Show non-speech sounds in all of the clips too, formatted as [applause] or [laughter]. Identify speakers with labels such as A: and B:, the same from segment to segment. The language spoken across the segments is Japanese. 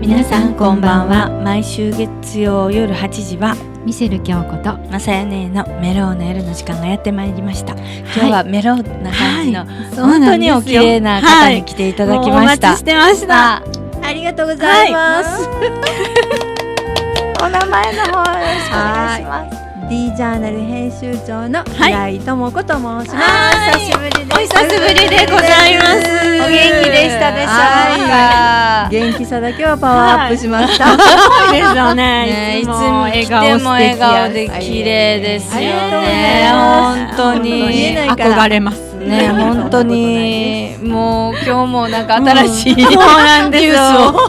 A: 皆さんこんばんは
B: 毎週月曜夜8時は
A: ミセル京子と
B: まさやねのメロウな夜の時間がやってまいりました今日はメロウな感じの、
A: そう
B: 本
A: な
B: 当
A: んです
B: に
A: よ
B: お綺麗な方に来ていただきました、
A: もうお待ちしてました
B: あ
A: ありがとうございます、
B: お名前の方よろしくお願いします
A: D ジャーナル編集長の
B: はい
A: 平井智子と申します、
B: はい
A: お久しぶりです
B: [laughs] お元気でしたでしょうか
A: はい元気さだけはパワーアップしました、
B: いいですよね
A: ね
B: いつも
A: い
B: 来
A: つも笑顔
B: ても笑顔
A: 素敵
B: で
A: やし
B: 綺麗ですよね
A: ありが
B: 本
A: とうございます
B: 当に
A: 見えない
C: 憧れます
B: ね本当にもう今日もなんか新しい、そうなん
C: ニュース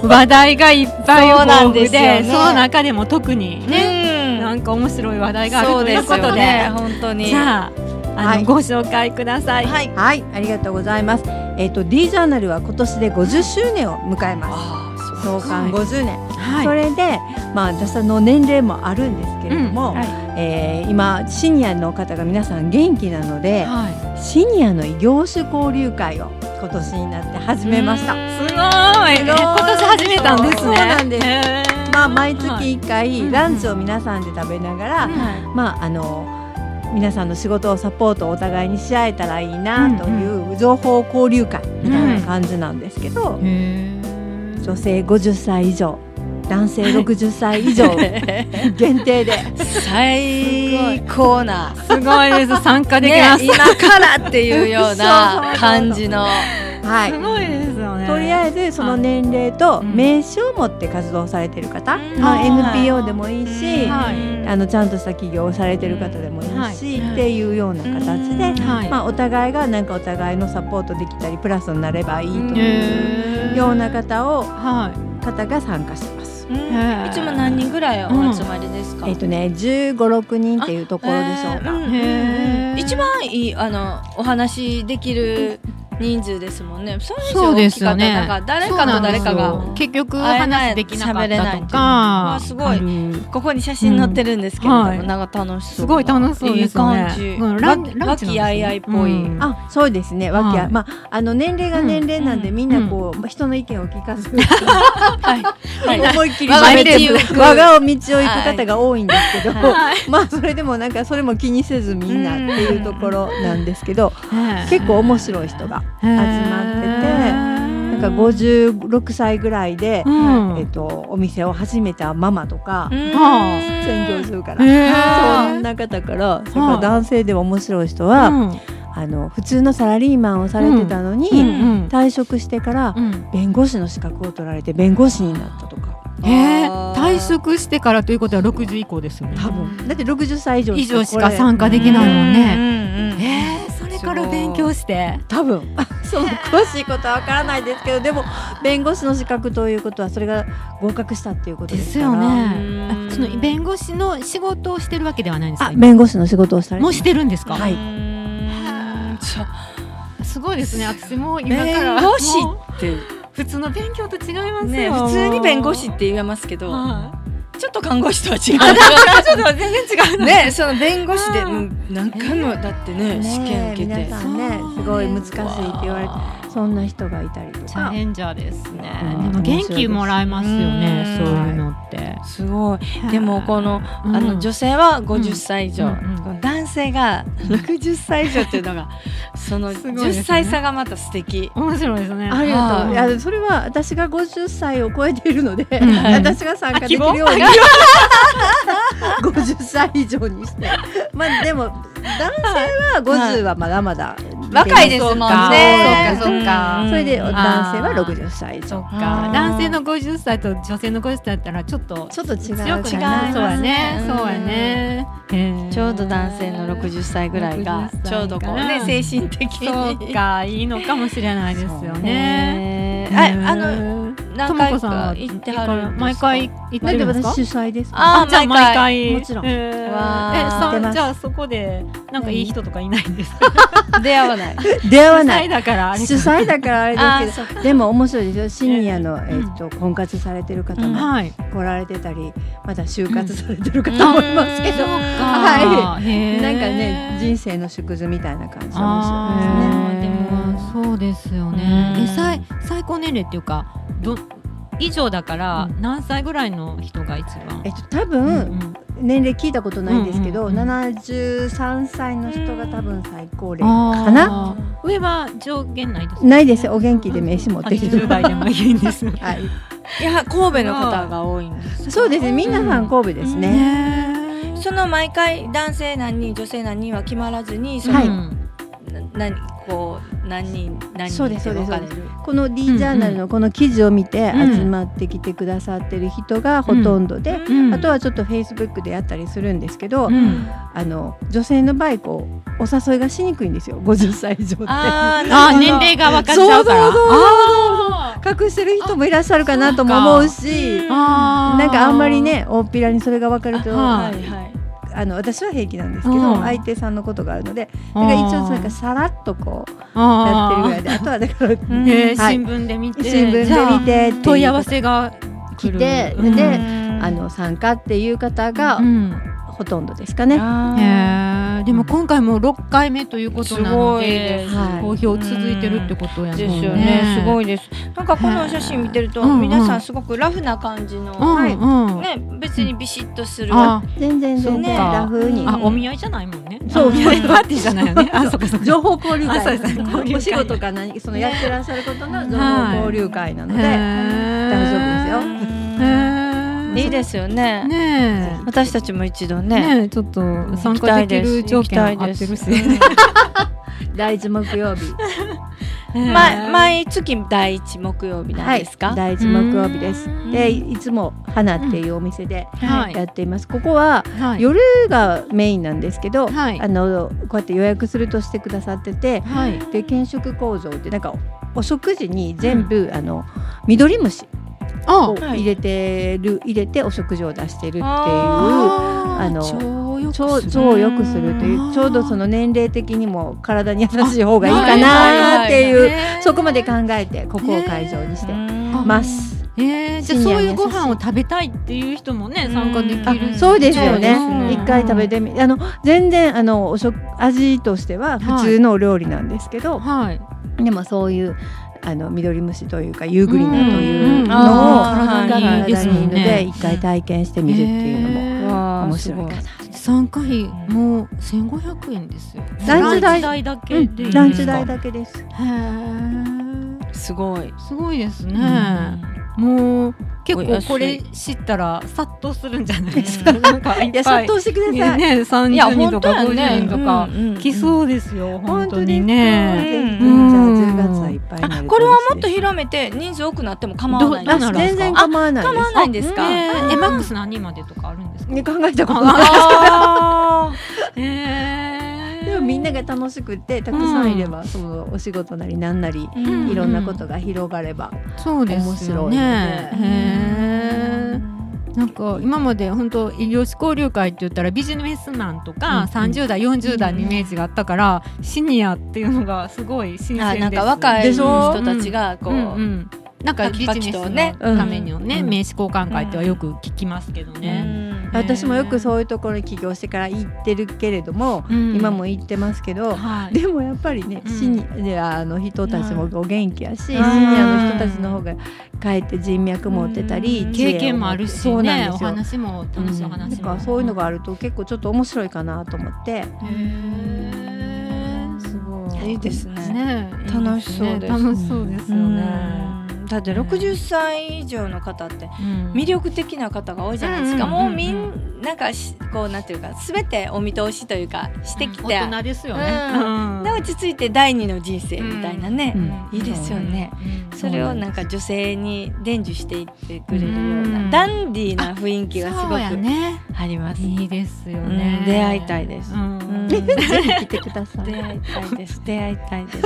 C: を話題がいっぱい
B: そう
C: 豊
B: なん
C: 富
B: で
C: です
B: よね
C: その中でも特に
B: ね
C: なんか面白い話題がある
B: そう
C: とい
B: で
C: う
B: す
C: ことで
B: よね本当に
C: じゃああの、
A: はい
C: ご紹介ください、
A: はい、ありがとうございます。えっ、と D ジャーナルは今年で50周年を迎えます。
B: あーそう
A: 創刊50年、
C: はい
A: それで、まあ、私の年齢もあるんですけれども、
C: うんはい
A: えー今シニアの方が皆さん元気なので、
C: は
A: シニアの異業種交流会を今年になって始めました。
C: いすごい
A: すごい
C: 今年始めたんですね
A: そうなんです
C: へー
A: まあ、毎月
C: はい
A: 1回、
C: うん
A: ランチを皆さんで食べながら、
C: は
A: まああの皆さんの仕事をサポートをお互いにし合えたらいいなという情報交流会みたいな感じなんですけど、
C: いへー
A: 女性50歳以上男性60歳以上限定で
B: 最高な
C: すごいです参加でき
B: ね
C: ます、
B: 今からっていうよう
A: そうそう
C: [laughs]
B: な
A: そう
B: 感じの
A: は
C: す
A: い。
C: ごいですよね
A: とりあえずその年齢と
C: うん
A: 名刺を持って活動されてる方、
B: うん
A: あの
C: はい
A: NPO でもいいし、
C: はい
A: あのちゃんとした企業をされてる方でもいいし、
C: はい
A: っていうような形で、
C: はい
A: まあ、お互いがなんかお互いのサポートできたりプラスになればいいと
B: うん
A: いうような方を
C: はい
A: 方が参加してます。
B: うん
C: へー
B: いつも何人ぐらいお集まりですか、
A: えっ、とね1 5六6人っていうところでしょうか。
B: えーん
C: へー
B: 一番いいあのお話しできる人数ですもんね。そ
C: そうですよね
B: なんかったなんか誰かと誰か
C: そうなんですよ
B: が
C: 結局話できなかったと
B: あ
C: か
B: すごい
C: ある
B: ここに写真載ってるんですけれども、
C: うんはい
B: なんか楽しそう。
C: すごい楽しそうですよね
B: いい感じ。
C: うんランラ
B: 和
C: ンチなんですね
B: 気あいあいっぽい。
C: うん
A: あそうですねわきあ、
C: はい
A: まああの年齢が年齢なんで、
B: うん
A: みんなこう、まあ人の意見を聞かず、
B: はい。はい
A: 思いっきり
B: 我が道を
A: 喋っ
B: 行
A: て
B: く
A: 我が道を行く方が多いんですけど、
B: は
A: [laughs] まあそれでもなんかそれも気にせずみんなっていうところなんですけど、結構面白い人が
C: 集
A: なんか56歳ぐらいで、
C: うん
A: えっと、お店を始めたママとか
B: う、ん
C: はあ
A: 専業するから、
C: へー
A: そんな方からそれから男性でも面白い人は、あの普通のサラリーマンをされてたのに、
C: うんうん
A: 退職してから
C: うん
A: 弁護士の資格を取られて弁護士になったとか
C: え
B: あ
C: ー
B: ー
C: 退職してからということは60以降ですよね
A: 多分だって60歳以上
C: 以上し
A: こ
C: か
A: れ
C: 参加できないもんね
B: うんうんうん
C: えーそれから勉強して
A: 多分その詳しいことはわからないですけどでも弁護士の資格ということはそれが合格したっていうこと
C: で
A: です
C: す
A: から
C: よ
B: うん
C: ねあその弁護士の仕事をしてるわけではないんですか
A: あ弁護士の仕事をされて
C: もうしてるんですか
A: はいう
B: ーんそう
C: すごいです
B: [laughs]
C: ね私も今か
B: 弁
C: ら
B: 護士
C: もう
B: って
C: 普通の勉強と違いますよ
B: ね普通に弁護士って言えますけど、
C: はい
B: ちょっと看護師とは違う。ちょっと全然違う。ね、その弁護士で、
C: うん
B: うん何回もだってね、試験
A: ねえ
B: 受けて
A: 皆。さんねすごい難しいって言われて
B: わあ
A: そんな人がいたりと
C: チャ
A: か
C: レンジャーですね
A: うん。
C: でも元気もらえますよね。
B: う
C: そ
B: ん
C: ういうのって。
B: すごい。でもこの、
C: うん
B: あの女性は50歳以上、
C: うんうんうん
B: 男性が60歳以上っていうのがその
C: すごいですね
B: 10歳差がまた素敵。
C: 面白いですね。
A: ありがとうい
C: はい
A: やそれは私が50歳を超えているので、
C: ん
A: 私が参加できるように
C: あ希
A: [laughs] 50歳以上にしてまあでも男性は50はまだまだ
B: 若いですもんね。
C: そうかそうか
B: うん
A: それで
B: うん
A: 男性は60歳以
C: そ
A: 上
C: っ
B: あ
C: か。
B: ー
C: 男性の50歳と女性の50歳だったらちょっと
A: ちょっと違う
C: 強く
B: 違う
C: な
B: 違
C: そうやね。
B: うん
C: そうやね。へー
B: ちょうど男性の60歳ぐらい
C: 60
B: が
C: 歳
B: ちょうどこうね
C: かな
B: 精神的
C: そ
B: に
C: う。かいいのかもしれないですよね。
B: ね
C: へー
B: ああの何
C: とも
B: 回
C: こさん
B: か
C: は
B: 行ってはるんですか
C: 毎回行っ
A: だってて
C: るんですか
A: 私。主催ですから
B: あ
C: じゃあ
B: 毎
C: 毎
B: 回
C: 回
A: もちろん
C: へー
B: わ
C: え
B: ー
A: 出ま
C: さ
A: す
C: じゃあそこでなんかいい人とかいないんですか。
B: [laughs] 出会わない。
A: 出会わ
C: [laughs]
A: な
C: 主催
A: い
C: だからあれか
A: 主催だからあれ
B: あ
A: で
B: ー
A: す
B: そう
A: けどでも面白いですよシニアの、え
C: ん
A: っと婚活されてる方
B: うん
A: も
C: はい。
A: 来られてたりまだ就活されてる方もいますけど、
B: うん
A: は
C: はい
A: なんかね人生の縮図みたいな感じで面白いですね。
C: でもそうですよね。
B: うん
C: え最最高年齢っていうかど以上だから、
A: うん
C: 何歳ぐらいの人が一番
A: えっと多
C: う
A: 分、
C: ん
A: 年齢聞いたことないんですけど、
C: うんうんうん
A: 73歳の人が多分最高齢
C: か
A: かな
C: 上は上限ないですか
A: ないですよお元気で名刺持ってきて
C: 80代でもいいんで
A: [laughs]
C: すね
A: はい
B: いや神戸の方が多いんです
A: そうですねみんなさん神戸ですね、
C: ね
B: その毎回男性何人女性何人は決まらずにその、
A: はい
C: うん
B: な何こう何人何人
A: そうです
B: って分かれる
A: そこの D ジャーナルのこの記事を見て
C: うん
A: 集まってきてくださってる人がほとんどで、
B: うん
C: うん
A: あとはちょっとフェイスブックでやったりするんですけど、
C: うん
A: あの女性の場合こうお誘いがしにくいんですよ50歳以上って。
B: あーな
C: あ
B: るほど
C: 年齢が分かっちゃうから
A: そうそう
C: あ
A: 隠してる人もいらっしゃるかなとも思うし
B: そう
C: ー
B: か
C: あー
A: なんかあんまりね大っぴらにそれが分かると
C: は
A: あ
B: はいはい
A: の私は平気なんですけ
C: う
A: ど
C: ん
A: 相手さんのことがあるので
C: あ
A: だ
C: ー
A: から一応なんかさらっとこうや
C: あ
A: って
C: ー
A: るぐらいであとはだから
B: う
C: へ
B: ん
C: ー
A: はい
C: 新聞で見て
A: 新聞で
C: じゃ
A: 見
C: あ
A: てっていう
C: 問い合わせが来
A: 来
C: る
A: て
C: うん
A: で
B: うん
A: あの参加っていう方が
C: うん
A: ほとんどですかね。
B: あー
C: へーでも今回もう6回目ということなのです
A: ごいです
C: 好評続いてるってことやもん
B: で
C: ね
B: すよね、すごいです。なんかこのお写真見てると、
C: うんうん
B: 皆さんすごくラフな感じの、
C: うんうん、
B: ね、別にビシッとする。
C: あ
A: 全然
B: そう
A: 全
B: ね
A: 然ラフに
B: あ
C: あお見合いじゃないもんね
A: そう
C: あパ
A: [laughs]
C: ーティーじゃないよねあ [laughs] そっかそっか
A: 情報交流
C: あそう
A: 会
C: ですね交流会
A: お仕事か何そのやってらっしゃることの情
C: はい
A: 報交流会なので、
C: 大
A: 大丈夫
C: で
A: です
C: よ
B: いいですすよね。
C: ね
B: 私たちも一度
C: え
B: ね。
C: ねえちょっと参加できる条
B: 行き
C: 件合
B: た
C: っ
B: いで
C: て
B: す
C: るし
B: 行きたいです
A: 第一木曜日
B: 毎毎月第一木曜日なんですか。
A: 第一木曜日です
C: うん
A: でいつも花っていうお店で
C: は
A: や
C: い
A: っています、ここは
C: はい
A: 夜がメインなんですけど、
C: はい
A: あのこうやって予約するとしてくださってて
C: はい
A: で建食工場ってなんかお食事に全部、あの緑虫
C: あ
A: を入れてる、入れてお食事を出してるっていう
B: あ
A: あの
C: のよく
A: 腸
C: する
A: 腸を良くするとい
C: あー
A: うちょうどその年齢的にも体に優しい方がいいかなーって
B: はいはい
A: いう
C: ねえ
A: そこまで考えてここを会場にして
B: うん
A: ます。
C: えー、じゃ
A: シ
C: あ
A: ニ
C: そ
A: ア
C: う
A: に優し
C: いう
A: い
C: ご飯を食べたいっていう人もね参加でき
B: う
C: る
B: ん
A: そうですよ
B: そ
A: ね。
B: うですね
A: 一回食べてみあの全然あのお食味としては普通のお料理なんですけど、
C: はい
A: でもそういうあの緑虫というか夕暮れなという
B: うん
A: のを
B: あー
A: 体
B: はいはい
A: にいいので
C: いいですね
A: 一回体験してみるっていうのも
B: わあ
A: 面白いかな。
C: 参加費もう千五百円ですよ。
A: ランチ代
C: だ
A: う
C: けでいい
A: ん
C: んですか
A: ランチ代だけです。
C: へー
B: すごい。
C: すごいですね。もう結構これ知ったら殺到するんじゃ
B: [laughs]
C: ないですか。
B: うん
C: なんかいっ
A: いや
C: ぱ
A: 殺
C: い。
A: 到してください。
C: ね三十
B: いや
C: 人
B: 本
C: と
B: 当
C: か
B: や
C: 五十
B: ね
C: 人とか
B: うんうん
C: 来そうですよ本当に
A: 本当
C: ね。
A: ですか
C: うん
A: ぜひじゃあ10月はいっぱいになると嬉しいです
B: これはもっと広めて人数多くなっても構わない
C: ど
B: で
C: うな
B: す
C: る
A: あ全然構わない
B: 構わないんですか。
C: ねえマックス何人までとかあるんですか。
A: ね考えたことない。
B: あ
C: え
A: でもみんなが楽しくってたくさんいれば、そのお仕事なりなんなり
B: ー
C: うん
A: いろんなことが広がれば、
C: そうですよ
A: 面白いの
C: ね。
A: で
C: へーなんか今まで本当医療士交流会って言ったらビジネスマンと
A: うん
C: か30代40代のイメージがあったからシニアっていうのがすごい新鮮
B: あ
C: です。
B: なんか若い人たちがこう、
C: うんうんなんかビジネスのためにはね
A: うん
C: 名刺交換会ってはよく聞きますけどね。
B: うん
A: 私もよくそういうところに起業してから行ってるけれども、
C: うん
A: 今も行ってますけど、
C: はい。
A: でもやっぱりね、
C: うん
A: シニアの人たちもお元気やし、シニ
C: ん
A: アの人たちの方がかえって人脈持ってたり、知恵を持って
C: 経験もあるし
A: そうな
C: ね
A: ん
C: お
A: ですよ。
C: 話も楽しいお
A: うん
C: 話
A: だ
C: も。
A: からそういうのがあると結構ちょっと面白いかなと思って、
C: [laughs] へーすごい。
B: いいですね
C: ね
B: 楽しそうです
C: 楽しそうですよね。
B: うんだって60歳以上の方って魅力的な方が多いじゃないですか、
C: うんうんうんうん
B: もうみんなんかしこうなんていうか全てお見通しというかしてきて、
C: 大人ですよね、
B: うんで落ち着いて第二の人生みたいなね、
C: うん
B: いいですよね、
C: うん
B: それをなんか女性に伝授していってくれるような、
C: うん
B: ダンディーな雰囲気がす
C: そ
B: ご
C: うや
B: く
C: ね
B: あります、
C: いいですよ
B: ね
C: ね、
B: 出会いたいです
C: う
B: うんん
A: ぜ
B: 出
A: ひ来てください。
B: 会いたいです出会いたい [laughs] です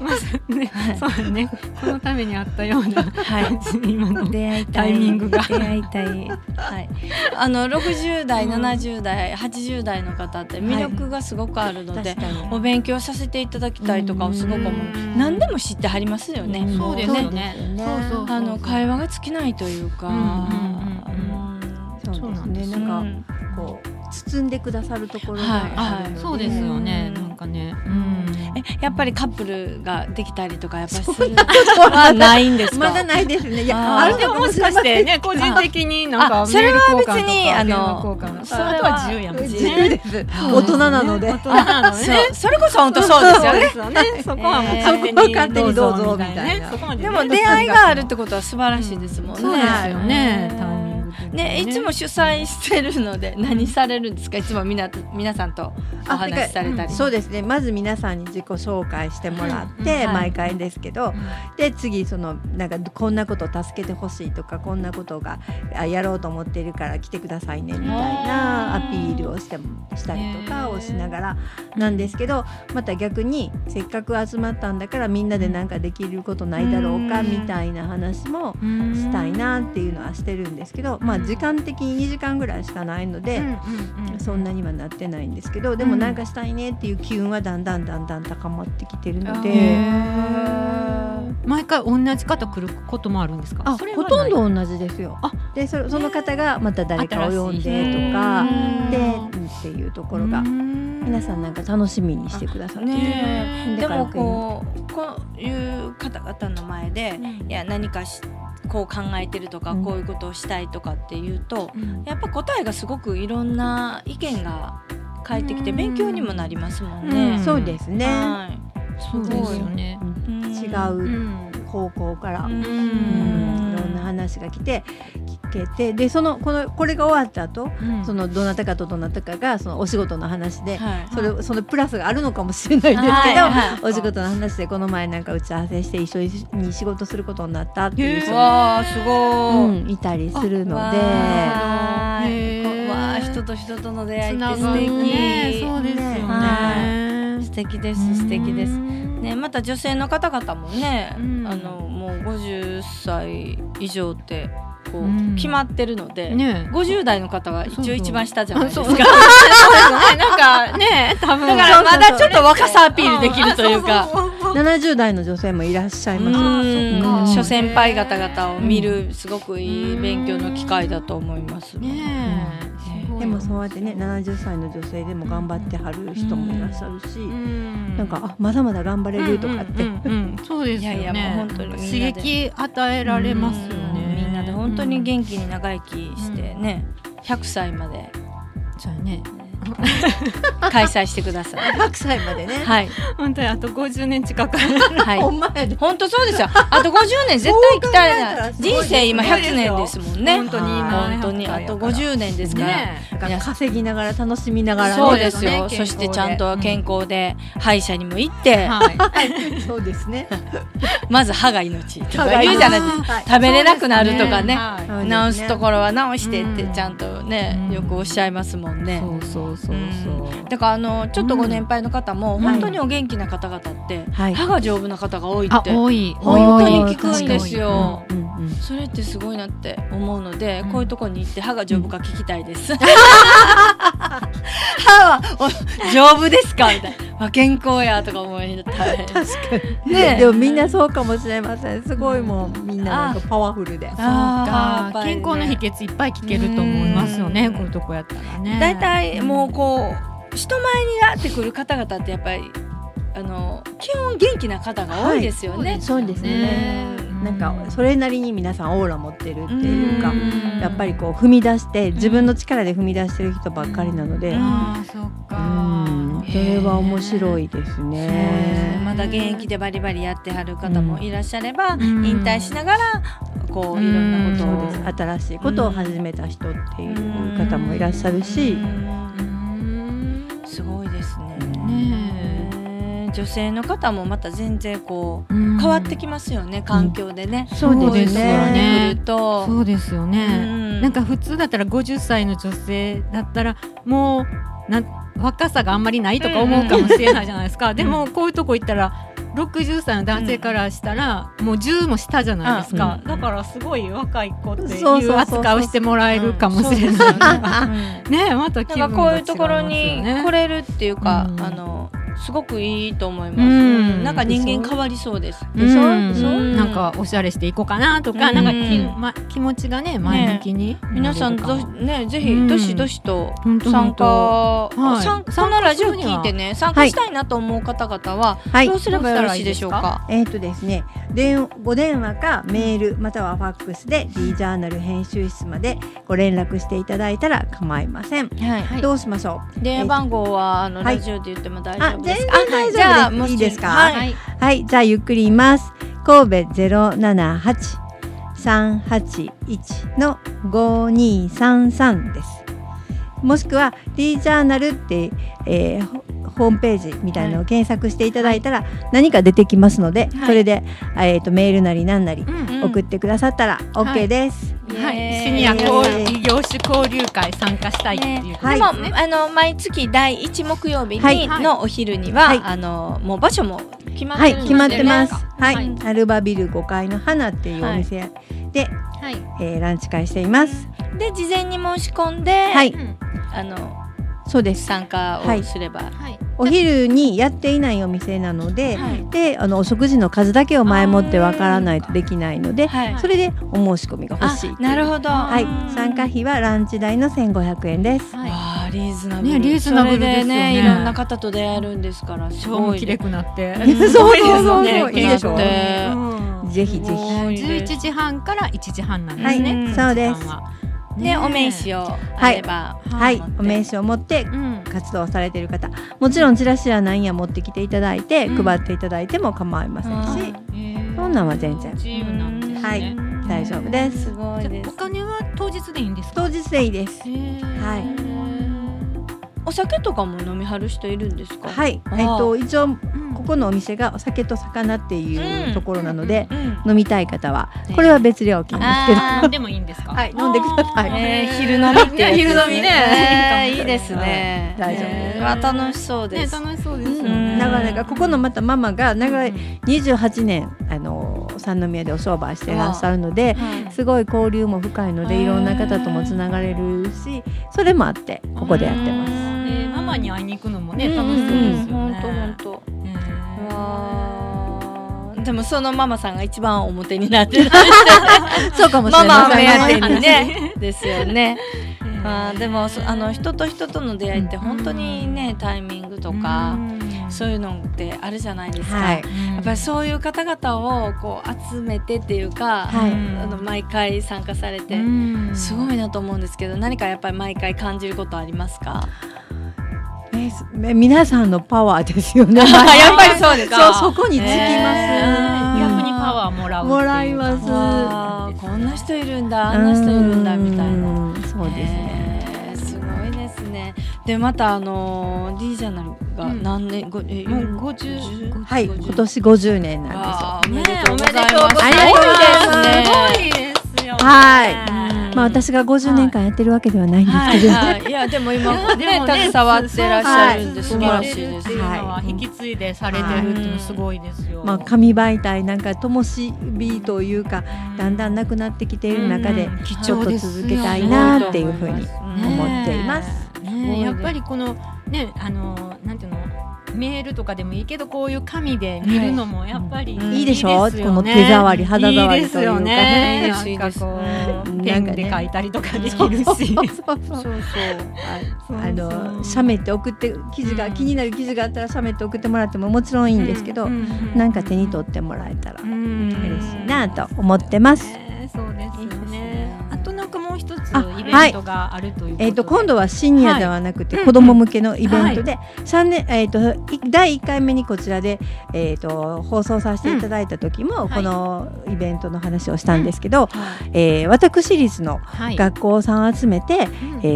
C: まずね、そうだねこのためにあったような
B: はい
C: 感じ今の
B: 出会いたい
C: タイミングが
B: 出会いたい、はい、あの60代70代80代の方って魅力がすごくあるので、
A: 確かに
B: お勉強させていただきたいとかをすごく思う
C: うん
B: 何でも知ってはりますよね
A: ん
C: そうですよね
A: そうですよね
C: そうそうそう
B: あの会話が尽きないというか
C: うんうんうんうん
B: うん
A: そうですね。
B: う
A: なんかこう包んでくださるところ
B: はい
A: があ
C: あ
A: るので、
C: そうですよね、
B: うん
C: なんかね、うん、
B: えやっぱりカップルができたりとかやっぱりすることは [laughs] ないんですか
A: まだないですね。いや、あ
B: あー
C: あ
A: る
C: れで
A: の
C: も
A: か
C: も
A: も
C: し
A: し
C: か
A: れま
C: し
A: せん。
C: てね個人的になんか
B: あそれは別に
C: メール交換とか
B: あの
C: 電話交換
B: それは
C: あとは自由やもんね
A: 自由です。
B: い
A: 大人なので
C: 大。人なのね
B: そうそれこそ本当そうですよね
C: すよね。そこはもう
B: えー
C: 勝手に
A: そこは勝手にどうぞみたいな
C: そこまでね
B: でも出会いがあるってことは素晴らしいですもんね、
C: そうですよね
B: はい
C: タイミング的に
B: ね、いつも主催してるので何されるんですかいつもみな皆さんとお話しされたり
A: そうですねまず皆さんに自己紹介してもらって、
B: はい
A: 毎回ですけど、で次そのなんかこんなこと助けてほしいとかこんなことがあやろうと思ってるから来てくださいねみたいなアピールをしてもしたりとかをしながらなんですけどまた逆にせっかく集まったんだからみんなでなんかできることないだろうか
B: うん
A: みたいな話もしたいなっていうのはしてるんですけど、まあ、時間的に2時間ぐらいしかないので。そんなにはなってないんですけどでもなんかしたいねっていう機運はだんだんだんだん高まってきてるの
B: へ
A: で
B: ー
C: 毎回同じ方来ることもあるんですか
A: あ
C: それは
A: ほ
C: ない
A: とんど同じですよ
C: あ。
A: でそその方がまた誰かを呼ん
C: 新
A: で
C: しい
A: とか
B: うん
A: でうんっていうところが
C: うん
A: 皆さんなんか楽しみにしてくださってる
B: ね
A: だ
B: で
A: から
B: もこうこういう方々の前でいや何かしこう考えてるとか、
A: うん
B: こういうことをしたいとかっていうと
C: うん
B: やっぱ答えがすごくいろんな意見が返ってきて
C: うん
B: 勉強にもなりますも
C: う
B: んね。
A: そうですね、
B: はい
C: そうですよね
A: う
B: うんん
A: 違
C: う
A: うん方向から、う
B: う
A: ん
B: ん
A: いろんな話が来て聞けてでそのこのこれが終わった後そのどなたかとどなたかがそのお仕事の話で、
B: はい
A: それそのプラスがあるのかもしれないですけど、
B: はいはい
A: お仕事の話でこの前なんか打ち合わせして一緒に仕事することになったっていう
C: へー
A: 人も、
B: わあすご
A: う
B: い。
A: ん、いたりするの
B: わ
A: で
B: あ
C: へー
B: こわあ人と人との出会
C: つ
B: いっ
C: なが
B: て素
C: る
B: 敵。
C: ねそうですよね
B: は素敵です素敵です。ね、また女性の方々もね、
C: うん
B: あのもう50歳以上ってこう、
C: うん
B: 決まってるので、
C: ね
B: 50代の方が一
C: そうそ
B: 応
C: う
B: 一番下じゃないですか
C: あそうそうなんかね多分
B: だからまだちょっと若さアピールできるというか
A: 70代の女性もいらっしゃいます、
B: うん
C: あそっか
B: 諸先輩方々を見るすごくいい勉強の機会だと思います。
C: ねえ、
A: でもそうやってね70歳の女性でも頑張ってはる人もいらっしゃるし、
C: うん
A: なんかあまだまだ頑張れるとかって、
C: うんうんうんうんそうですよね
B: いやいやもう本当にみんなで
C: 刺激与えられますよね
B: みんなで本当に元気に長生きしてね、100歳まで
C: 気そうやね
B: 開催してください。
A: 100歳までね、
C: [laughs]
B: はい、
C: 本当にあと50年近く
B: はい
A: ほんまやで
B: 本当そうですよ。あと50年絶対行きたいな。
A: そう考えたらすごい
B: 人
A: ですね
B: 生今100年ですもんね。
C: 本当に今
B: はい本当にあと50年ですから。
C: ね
A: だから稼ぎながら楽しみながら、
B: そうですよ、
C: ね健康で
B: そしてちゃんと健康で歯医者にも行って、
C: はい
A: そうです [laughs] ね
B: まず歯が命とか言うじゃないですか食べれなくなるとかね
C: は
A: はい
B: 治すところは治してって
C: うん
B: ちゃんとね、
C: うん
B: よくおっしゃいますもん
C: い
B: ね、
C: そうそうそうそう
B: だからあのちょっとご年配の方も、
A: ん
B: 本当にお元気な方々って、
A: はい
B: 歯が丈夫な方が多い
C: あ
B: って
C: 多い
B: 本当に
A: 多
B: 聞くんですよ、
A: うんうん
B: それってすごいなって思うので、
C: うん
B: こういうとこに行って歯が丈夫か聞きたい [laughs] です。歯はお丈夫ですかみたいな。まあ、健康やとか思いながら
A: [laughs]
B: 食べ
A: 確かに
B: ね
A: ね [laughs] でもみんなそうかもしれませんすごいもうみんななんかパワフルで
B: あー
C: そうか健康の秘訣いっぱい聞けると思いますよねこういうとこやったらね
B: だいたいもうこう人前になってくる方々ってやっぱりあの基本元気な方が多いですよね。
A: そうですねなんかそ
C: れ
A: れなりに皆さんオーラ持ってるっていうか
B: うん
A: やっぱりこう踏み出して自分の力で踏み出してる人ばっかりなのでうん
C: あーそっか
A: それは面白いですね
B: まだ現役でバリバリやってはる方もいらっしゃれば、
C: ん
B: 引退しながらこういろんなこ
A: そ
B: とを
A: うです新しいことを始めた人っていう方もいらっしゃるし
C: うん
B: すごいですね。
C: ね
B: ね女性の方もまた全然こう
C: 変
B: 変わってきますよね、環境でね。
A: そうですね
B: こいところに来ると、
C: そうですよね、
B: ん
C: なんか普通だったら50歳の女性だったらもうなん若さがあんまりないとか思うかもしれないじゃないですか、でもこういうとこ行ったら60歳の男性からしたら、もう10も下じゃないですか、
A: うん
C: だからすごい若い子って
A: そうそうそう
C: い
A: そう
C: う扱いをしてもらえるかもしれない、
B: う
C: [laughs]
B: ん
C: ねまた気
B: なん
C: 分
B: かこう
C: が
B: い
C: 違いうます
B: と
C: よ
B: ころに
C: ね
B: 来れるっていうか、
C: うん
B: あのすごくいいと思います、
C: うん
B: なんか人間変わりそうです
A: でしょ
C: うん
A: でしょ
C: なんかおしゃれしていこうかなとか、
B: うん
C: なんかき、ま、気持ちがね前向きになれるかも、
B: 皆さんどしねぜ
C: う
B: ひ
C: ん
B: どしどしと
C: 本当
B: 参加、
C: はい
B: 参
C: 参加
B: このラジオ聞いてね参加したいなと思う方々は
A: はい
B: どうすればよろしいでしょうか。
A: えっ、とですね、電ご電話かメールまたはファックスで D ジャーナル編集室までご連絡していただいたら構いません。
B: はい
C: はい
A: どうしましょ
B: 電話番号はあの
A: はい
B: ラジオで言っても大丈夫ですか。
A: あ全然大丈夫です
B: もし
A: いいですか
B: は。
C: はいい、
A: う。はい、じゃあゆっくり言います。神戸ゼロ七八三八一の五二三三です。もしくは D ジャーナルって、えーホホームページみたいなのを検索していただいたら何か出てきますので、
B: はい
A: それで、えー、とメールなりなんなり
C: うん
B: うん
A: 送ってくださったら OK です。
C: はい
B: イエーイ
C: シニア
A: 交流
C: 異業種交流会参加したいっていうこと
A: は
B: で
A: い
B: も、あの毎月第一木曜日に、
A: はい
B: のお昼には、
A: はい
B: あのもう場所も決まっ
A: は
B: て
A: い、
B: るん
A: 決まってます。はい、
C: はい
A: アルバビル5階の花っていうお店で、
C: はい、
A: えーランチ会しています。
B: で事前に申し込んで、
A: はい、
C: うん
B: あの
A: そうです。
B: 参加
A: は
B: を
A: い
B: すれば、
C: はい
A: お昼にやっていないお店なので、
B: はい
A: で、あのお食事の数だけを前もってわからないとできないので、
B: はい
A: それでお申し込みが欲
B: あ
A: しいという。
B: なるほど、
A: はい
B: うん、
A: 参加費はランチ代の1500円です。
C: はい
B: わあリーズナブル、
C: ねリーズナブルですよね
B: それでねいろんな方と出会えるんですからす
C: 超
B: ご
C: も
B: い [laughs]
C: きれくなって、
A: そうそう [laughs] そう
B: ね
A: そういいでしょ
B: 綺麗くなって
C: うん
A: ぜひぜひ。
B: すごい
C: 十
B: です
C: 一時半から一時半なんで
A: は
C: す
A: い、
C: ね。
B: うん
A: そうです。
C: 時間は
B: ねお名刺をあれば、
A: はい、
B: 持って
A: お名刺を持って
C: うん、
A: 活動されている方、もちろんチラシやなんや持ってきていただいて、
C: うん
A: 配っていただいても構いませんし、そんなんは全然
C: 自由なんですね。
A: はい大丈夫です
B: すごい
C: じゃ
B: で
C: あ
B: す
C: お金は当日でいいんですか。
A: 当日でいいです。は
C: はい
B: お酒とかも飲みはる人いるんですかい、
A: はい、
B: あー
A: えっと一応
C: うん
A: ここのお店がお酒と魚っていうところなので、
B: うん
A: 飲みたい方は
C: ね
A: これは別料金ですけど、
B: あ
C: 飲んでもいいんですか。
A: はい飲んでください。
B: ね昼飲み
A: [laughs]
B: ってやつです
C: 昼飲みね
B: ねいいですね。
A: はい大丈夫
B: ねは楽しそ
C: ね
B: うです。
C: 楽しそうで
A: う
C: すよ
A: ん
C: ね。
A: なかなかここのまたママが長い
C: い。
A: 28年あの三宮でお商売してらっしゃるので。
B: はい
A: すごい交流も深いの
B: へ
A: で
B: ー
A: いろんな方ともつながれるしそれもあってここでやってます。
C: えーママに会いに行くのもね
B: うん
C: 楽しそうですよ
B: 本
C: ね。
B: 当本当。
C: ね
B: うわーでもそのママさんが一番表になってる
A: そうかもし
B: マ
A: れま
B: マ目当
A: せ
B: て
A: んね。
B: にね [laughs] ですよね。
C: うん
B: まあでもそあの人と人との出会いって本当にねタイミングとか
C: うん
B: そういうのってあるじゃないですか。
A: はい
C: や
B: やっぱりそういう方々をこう集めてっていうか、
A: はい
B: あの毎回参加されて、
C: うん
B: すごいなと思うんですけど何かやっぱり毎回感じることありますか
A: ねすね皆さんのパワーですよね。
B: やっぱりそうです
A: そう
B: か
A: そこにつきます。
B: ねえ
A: うん
C: 逆にパワーもらうっていう
A: もらいます
B: わあこんな人いるんだあんな人いるんだみたいな。
A: うん。そうですね。
B: へえすごいですね。でまたあの D ジャーナルが何年、ごえ
C: もう
B: 四
C: 50
B: 50
A: はい、今年50年なん
B: わあ
A: ですよ。
B: お
C: ね
B: めで
C: え
B: とう
C: お
B: ご
C: め
B: ざ
C: で
B: い
C: と
B: ま
C: う
B: す。
C: ございます。
A: ありが
C: すごいですよね。
A: はいまあ私が50年間やってるわけではないんです
B: は
A: け
B: い
A: ど、
B: はい、いやでも今
C: で
B: ね
C: もね
B: 携わってらっしゃるんで素
A: そう
B: 晴
A: そう
B: らしいです
A: ね
C: はい引き継いでされてるっていうのすごいですよ。
A: まあ紙媒体なんか灯火というかだんだんなくなってきている中で
C: うんうん貴
A: ちょっ
C: 重
A: と
C: ですよ
A: 続けたいなっていうふうに思っています。
C: ねえやっぱりこのねあのなんていうのメールとかでもいいけどこういう紙で見るのもやっぱりいい,、
B: うん
A: いいでしょ
C: ですよ
A: この手触り肌触りというかね
C: いいですよね。
B: いいです
C: なんかこ
A: うん
C: うペン
A: なんか
C: で
A: ね
C: 書いたりとかでき
A: そう
C: る
A: そう
C: し。
A: そう
B: そう
A: そう
B: そう
A: あの写
C: 写
A: メって送って記事が、
C: うん
A: 気になる記事があったら写メって送ってもらってももちろんいいんですけど、なんか手に取ってもらえたら
C: う
A: 嬉
C: ん
A: しいなと思ってます。
C: ねそうです
B: いいです
C: よ
B: ね
C: ね。あとなんかもう一つ
A: あ
C: イベントがあるということで。
A: えー、と今度はシニアではなくて、
C: はい
A: 子ども向けのイベントで、三年えー、とい第1回目にこちらで、えー、と放送させていただいた時も、
C: はい
A: このイベントの話をしたんですけど、えー私立の
C: はい、
A: 学校さんを集めて、
C: うん
A: え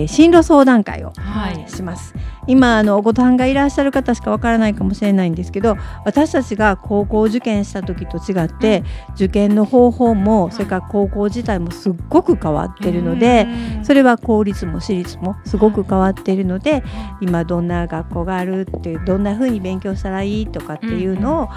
A: ー進路相談会を
C: はい
A: します。今あのご参加いらっしゃる方しかわからないかもしれないんですけど私たちが高校受験した時と違って、受験の方法も、
C: はい
A: それから高校自体もすっごく変わってるので、それは公立も私立もすごく変わってるので、今どんな学校があるっていうどんな風に勉強したらいいとかっていうのを、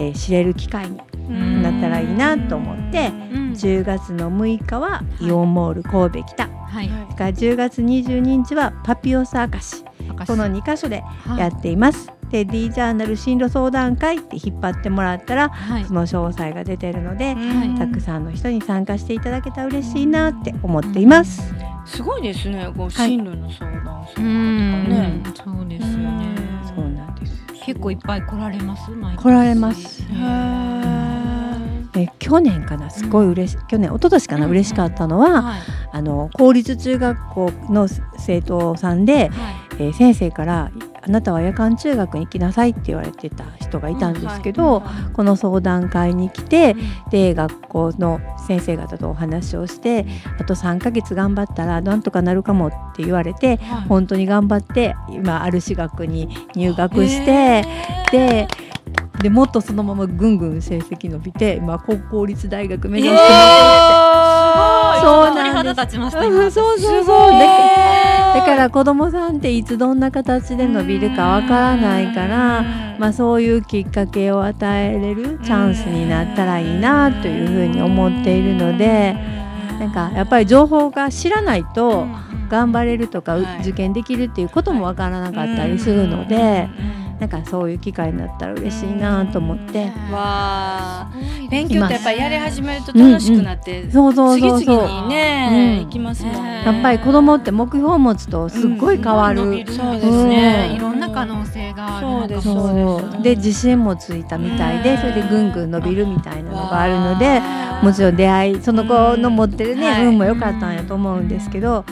A: えー知れる機会に
C: ん
A: なったらいいなと思って
C: うん
A: 10月の6日はイオンモール神戸北
C: はい、
A: それから10月22日はパピオサ明石
C: 明石
A: この2箇所で
C: はい
A: やっています。で D ジャーナル進路相談会って引っ張ってもらったら、
C: はい
A: その詳細が出てるので、
C: ん
A: たくさんの人に参加していただけたら嬉しいなって思っています。
B: すごいですね。こう進路の相談す
C: う
B: る方とかね
C: ん。そうですよね
B: うん
A: そうなんです。
C: 結構いっぱい来られます毎回
A: 来られます。
B: へー
A: で去年かなすごい嬉し、去年一昨年かな、
C: うん
A: 嬉しかったのは、
C: はい
A: あの公立中学校の生徒さんで、
C: は
A: えー先生から「あなたは夜間中学に行きなさい」って言われてた人がいたんですけど、
B: うんはい
A: この相談会に来て、
C: い
A: で学校の先生方とお話をしてあと3ヶ月頑張ったらなんとかなるかもって言われて
C: はい
A: 本当に頑張って今ある私学に入学して、ででもっとそのままぐんぐん成績伸びて今高校立大学目指してます
B: あ
A: そう
C: あ
A: なんです
C: 鳥肌立ちまし
A: う
C: た
A: ん
C: 今
A: そうそう
B: す
A: そう
B: ごい。
A: だけだから子供さんっていつどんな形で伸びるかわからないから、まあ、そういうきっかけを与えれるチャンスになったらいいなというふうに思っているのでなんかやっぱり情報が知らないと頑張れるとか、
B: はい
A: 受験できるっていうこともわからなかったりするので、なんかそういう機会になったら嬉しいなと思って。
B: わあ
C: うん
B: 勉強ってやっぱりやり始めると楽しくなって、
A: そうそうそう
B: 次
A: そう
B: 々にね、
A: うん
B: 行きますもんね。
A: やっぱり子供って目標を持つとすっごい変わる、
C: 伸びる
B: そうです
A: ね
C: うんいろんな可能性がある
B: そうです
C: 中も
A: そうで自信もついたみたいで、
B: うん
A: それでぐんぐん伸びるみたいなのがあるので
B: わあ
A: もちろん出会いその子の持ってるね、
B: うんはい
A: 運も良かったんやと思うんですけど、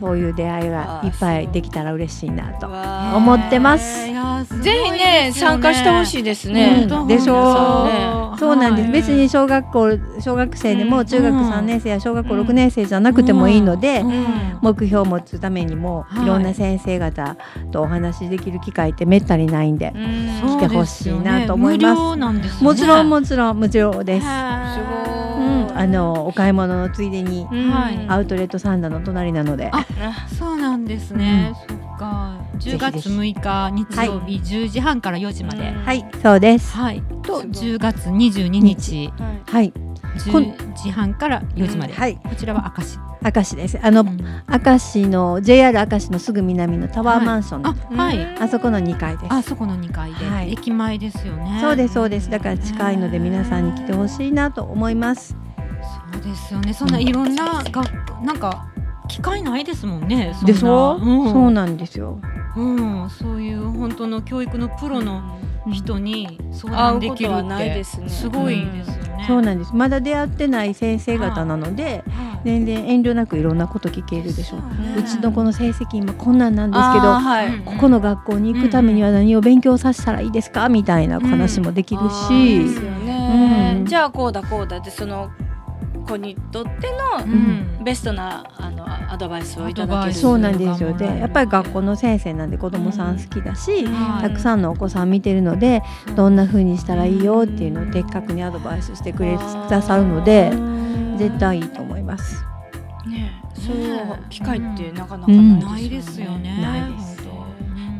A: そういう出会いが
B: わあ
A: いっぱいできたら嬉しいなと。
B: わあ
A: 思ってます
C: いやすごい
B: ぜひね
C: ですよ
B: 参加してほしいです
A: う
B: ね。
A: ん
C: 本当
A: でしょう
C: 本当
A: そうなんです、
C: はい
A: 別に小学校小学生で
B: う
A: も
B: ん
A: 中学3年生や小学校6年生じゃなくてもいいので、
C: うん
A: 目標を持つためにも
C: はい
A: いろんな先生方とお話しできる機会ってめったにないんで、
B: うん
C: そ
A: 来
C: う
A: て
C: ですよね
A: ほしいなと思います
C: 無料なんですね
A: もちろん
C: はい
A: もちろん無料です。
B: す
A: う
B: ごい。
A: ん、あのお買い物のついでに
B: うん
C: はい
A: アウトレットサンダの隣なので、
C: あ
B: あ
C: そうなんですね、そっか10月
A: ぜひぜひ
C: 6日日曜日10時半から4時まで、
B: うん
A: はい、そうです。
C: はいと
B: すごい
C: 10月22日
B: はい
A: はい、こん
C: 10時半から4時まで、
A: はい、
C: こちらは明石
A: 明石です。あの、
C: うん
A: 明石の JR 明石のすぐ南のタワーマンションの、
C: あはい、
B: うん
A: あそこの2階です。
C: あそこの2階で、
A: はい
C: 駅前ですよね
A: そうですそうです。だから近いので皆さんに来てほしいなと思います。
C: そうですよねそんないろんな学なんか機会ないですもんねそんなうん、
A: そうなんですよ。
C: うん、そういう本当の教育のプロの人に相
B: 会
C: 談
B: う
C: で
B: こ
C: き
B: と
C: る
B: は
C: っ
B: ないで
C: て
B: すね。
C: すごいですよね。
A: そうなんです。まだ出会ってない先生方なので、
C: はい
A: 全然遠慮なくいろんなこと聞けるでしょう。
B: うん
A: うちの子の成績今こんなんなんですけ
B: あー
A: ど。
B: はい
C: うん
A: ここの学校に行くためには何を勉強させたらいいですかみたいな話もできる
B: あーで
A: し
B: す、よね
A: うん
B: じゃあこうだこうだってその子にとって
C: う
B: の
C: ん
B: ベストなあのアドバイスをいた
C: アド
B: だ
C: バ
B: け
C: イ
B: る
C: ス
A: そうなんですよ
C: そう
A: で
C: なんだ
A: やっぱり学校の先生なんで子どもさん好きだし、
C: はい
A: たくさんのお子さん見てるのでどんな風にしたらいいよっていうのを的確にアドバイスしてくれくださるので絶対いいと思います。
B: ねえそういう機会ってなかなか
A: うん
C: な
B: ないい
C: で
B: ですす
C: よ
B: よ
C: ね。
B: ね。
A: ないです
C: 本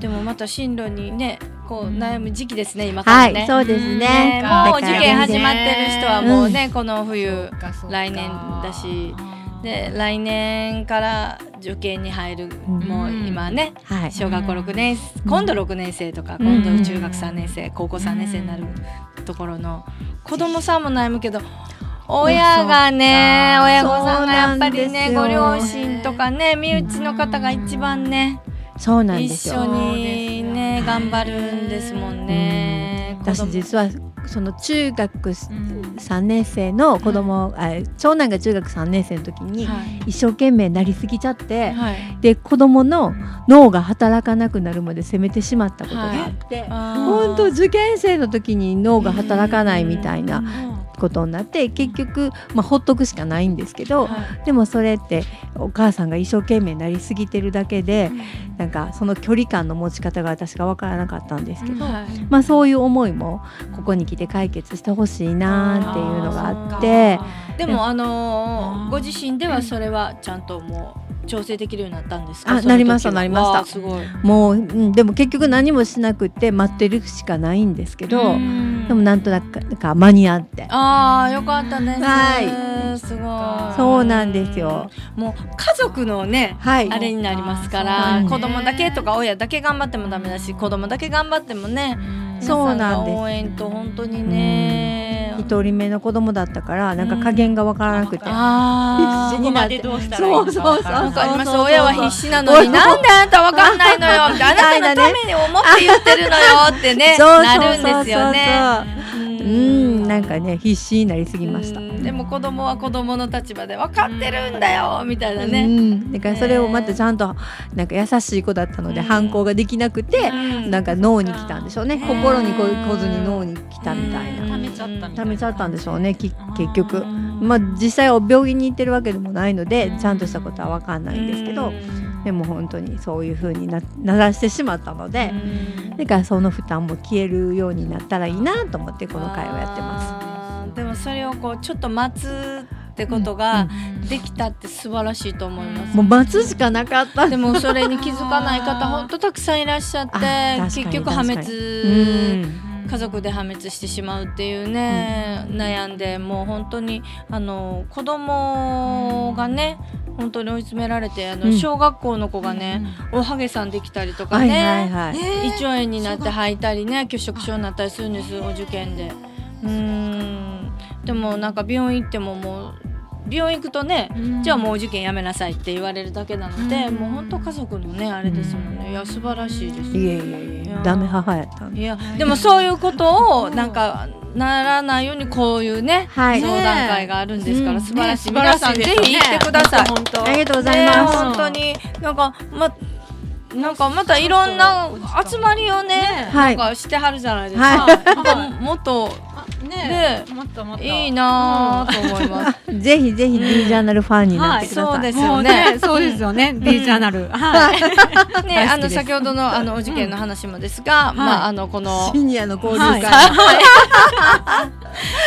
C: 当
B: でもまた進路にねこう悩む時期ですね今か
A: は
B: ら
A: い、
B: ね。
A: そうですね。
B: ね
A: だから
B: もう受験始まってる人はもうねこの冬
C: そうかそうか
B: 来年だし
C: あー
B: で来年から受験に入る
A: うん
B: もう今ね
A: はい、
B: 小学校6年生
A: うん
B: 今度6年生とか
C: うん
B: 今度中学3年生高校3年生になるところの子供さんも悩むけど親がね
C: そうか
B: 親御さんがやっぱ
A: そうな
B: り
A: んです
B: ね
A: よ
B: ご両親とかね身内の方が一番ね
A: そうなんで
B: 一
A: す
B: 緒
A: よ。
B: にね頑張るんですもんね。子
A: 私
B: 供
A: 実はその中学
C: うん
A: 三年生の子供、あ長男が中学三年生の時に
B: はい
A: 一生懸命なりすぎちゃって、
B: はい
A: で子供の脳が働かなくなるまで責めてしまったことがあって、本当受験生の時に脳が働かないみたいなことになって結局、まあ、ほっとくしかないんですけど、でもそれってお母さんが一生懸命なりすぎてるだけでなんかその距離感の持ち方が私が分からなかったんですけど、
B: はい
A: まあ、そういう思いもここに来て解決してほしいなっていうのがあって
C: あ
B: でもあの
C: うん
B: ーご自身ではそれはちゃんともう調整できるようになったんです
A: あ
B: か。その時は
A: なりましたなりました
B: わあすごい。
A: もう、うん、でも結局何もしなくって待ってるしかないんですけど、
B: うん
A: でもなんとなくなんか間に合って
B: ああよかったです。
A: はい
B: そうーすごい
A: そうなんですよ。
B: もう家族のね
A: はい
B: あれになりますか
C: そう
B: ら、
C: ね
B: 子供だけとか親だけ頑張ってもダメだし子供だけ頑張ってもね
A: そうなんです
B: 皆さの応援と本当にね
A: 一人目の子供だったからなんか加減がわからなくて、
B: あー
A: 必死になって
D: どうしたらいいのかわから
B: わ
D: な
B: か
D: い
B: ります
A: そうそうそう
B: 親は必死なのに
A: そう
B: なんであなたわかんないの
A: [laughs]
B: よみたいなあなたのために思って言ってるのよってね
A: そう
B: なるんですよね。
A: そうそううんなんかね必死になりすぎました。
B: うんでも子供は子供の立場で分かってるんだよみたいな
A: う
B: ね。
A: ん、だからそれをまたちゃんとなんか優しい子だったので
B: うん
A: 反抗ができなくて
B: うん
A: なんか脳に来たんでしょうね
B: ん
A: 心にこ来ずに脳に来たみたい
B: うん
A: な
C: 貯めちゃったみた
A: 貯
C: いな
A: めちゃったんでしょうねき
C: あー
A: 結局まあ実際は病院に行ってるわけでもないのでちゃんとしたことは分かんないんですけどでも本当にそういう風になならしてしまったのでだからその負担も消えるようになったらいいなと思ってこの会をやってます。
B: す。でもそれをこうちょっと待つってことができたって素晴らしいと思います。
A: もう待つしかなかった
B: でもそれに気づかない方本当たくさんいらっしゃっ
A: あ確かに
B: て結局破
A: 確かに
B: 滅
C: うん
B: 家族で破滅してしまうっていうね、悩んでもう本当にあの子供がね本当に追い詰められてあの、
A: うん
B: 小学校の子がね、おはげさんできたりとか
A: はいはい
B: ね、
A: はい。
B: 胃腸炎になって吐いたりね拒食症になったりするんですお受験で。うんでもなんか病院行ってももう病院行くとねじゃあもうお受験やめなさいって言われるだけなので、
C: うん
B: もう本当家族のねあれですもんね、いや素晴らしいです
A: いえいえいえダメ母やったんで
B: いやでもそういうことをなんかならないようにこういうね、
A: はい
B: 相談会があるんですから、
A: ね
B: 素晴らしい、
C: ね
B: 皆さんぜひ行ってください。
C: 本当
A: ありがとうござい
B: ね
A: ます。
B: 本当になんかまなんかまたいろんな集まりをね
C: ね
A: はい
B: なんかしてはるじゃないですか。
A: は
B: なんかもっと
C: ねもっともっと
B: いいなぁと思い
A: [laughs]
B: ます。
A: い。 [laughs] ぜひぜひ D ジャーナルファンになってくだ
B: そう
A: さ
B: で
A: い。
B: す
C: も
B: よ
C: う
B: ね。
C: ねそうですよね D ジャーナルはい
B: ねあ
C: 大好きで
B: の
C: す
B: 先ほどのあのお受験の話もですが、まああの
A: [laughs]
B: この
A: シニアの交流
C: はい
A: 会。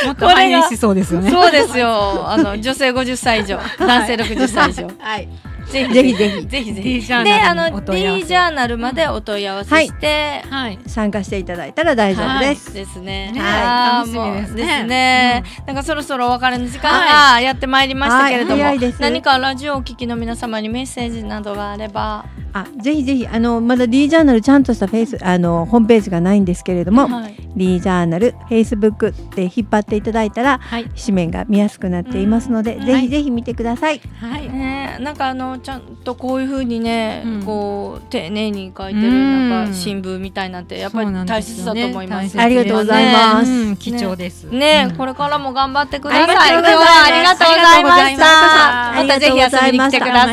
C: もっと反映しそうですよね
B: そうですよ。あの女性50歳以上、男性60歳以上。
A: はい。
B: ぜひ
A: ぜひぜひ
B: ぜひぜひ。
C: D ジャー
B: で、あ
C: ナル
B: の
C: お問い合わ
B: D ジャーナルまでお問い合わせして。
C: せはい
A: 参加していただいたら大丈夫
B: はい
A: です。
B: ですね。
C: ね
B: あ
C: 楽
B: ー
C: しみですね
B: もうですね。なんかそろそろお別れの時間がやってまいりましたけれども
A: はい早いで、す
B: 何かラジオをお聞きの皆様にメッセージなどがあれば、
A: あ、ぜひぜひあのまだ D ジャーナルちゃんとしたフェイスあのホームページがないんですけれども、
B: はい、
A: D ジャーナル Facebook で引っ張っていただいたら
C: はい
A: 紙面が見やすくなっていますので、
C: ん
A: ぜひぜひ見てください。
C: はい
B: ねなんかあのちゃんとこういう風にね、
C: うん
B: こう丁寧に書いてる
C: うん
B: なんか新聞みたいなんてやっぱり大切だと思います。
A: ありがとうございます
C: うん貴重です
B: ね、
C: うん
B: これからも頑張ってください。
A: ありがとうござ
B: 今日
A: います
B: はありがとうございました。
A: あ
B: ま
A: り
B: た
A: が
B: ぜ
A: とう
B: ひ
A: ござ
B: 遊
A: い
B: びに
A: ま
B: 来
A: してた
B: くだ
A: は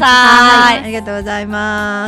B: さい
A: い、あ。りがとうございます。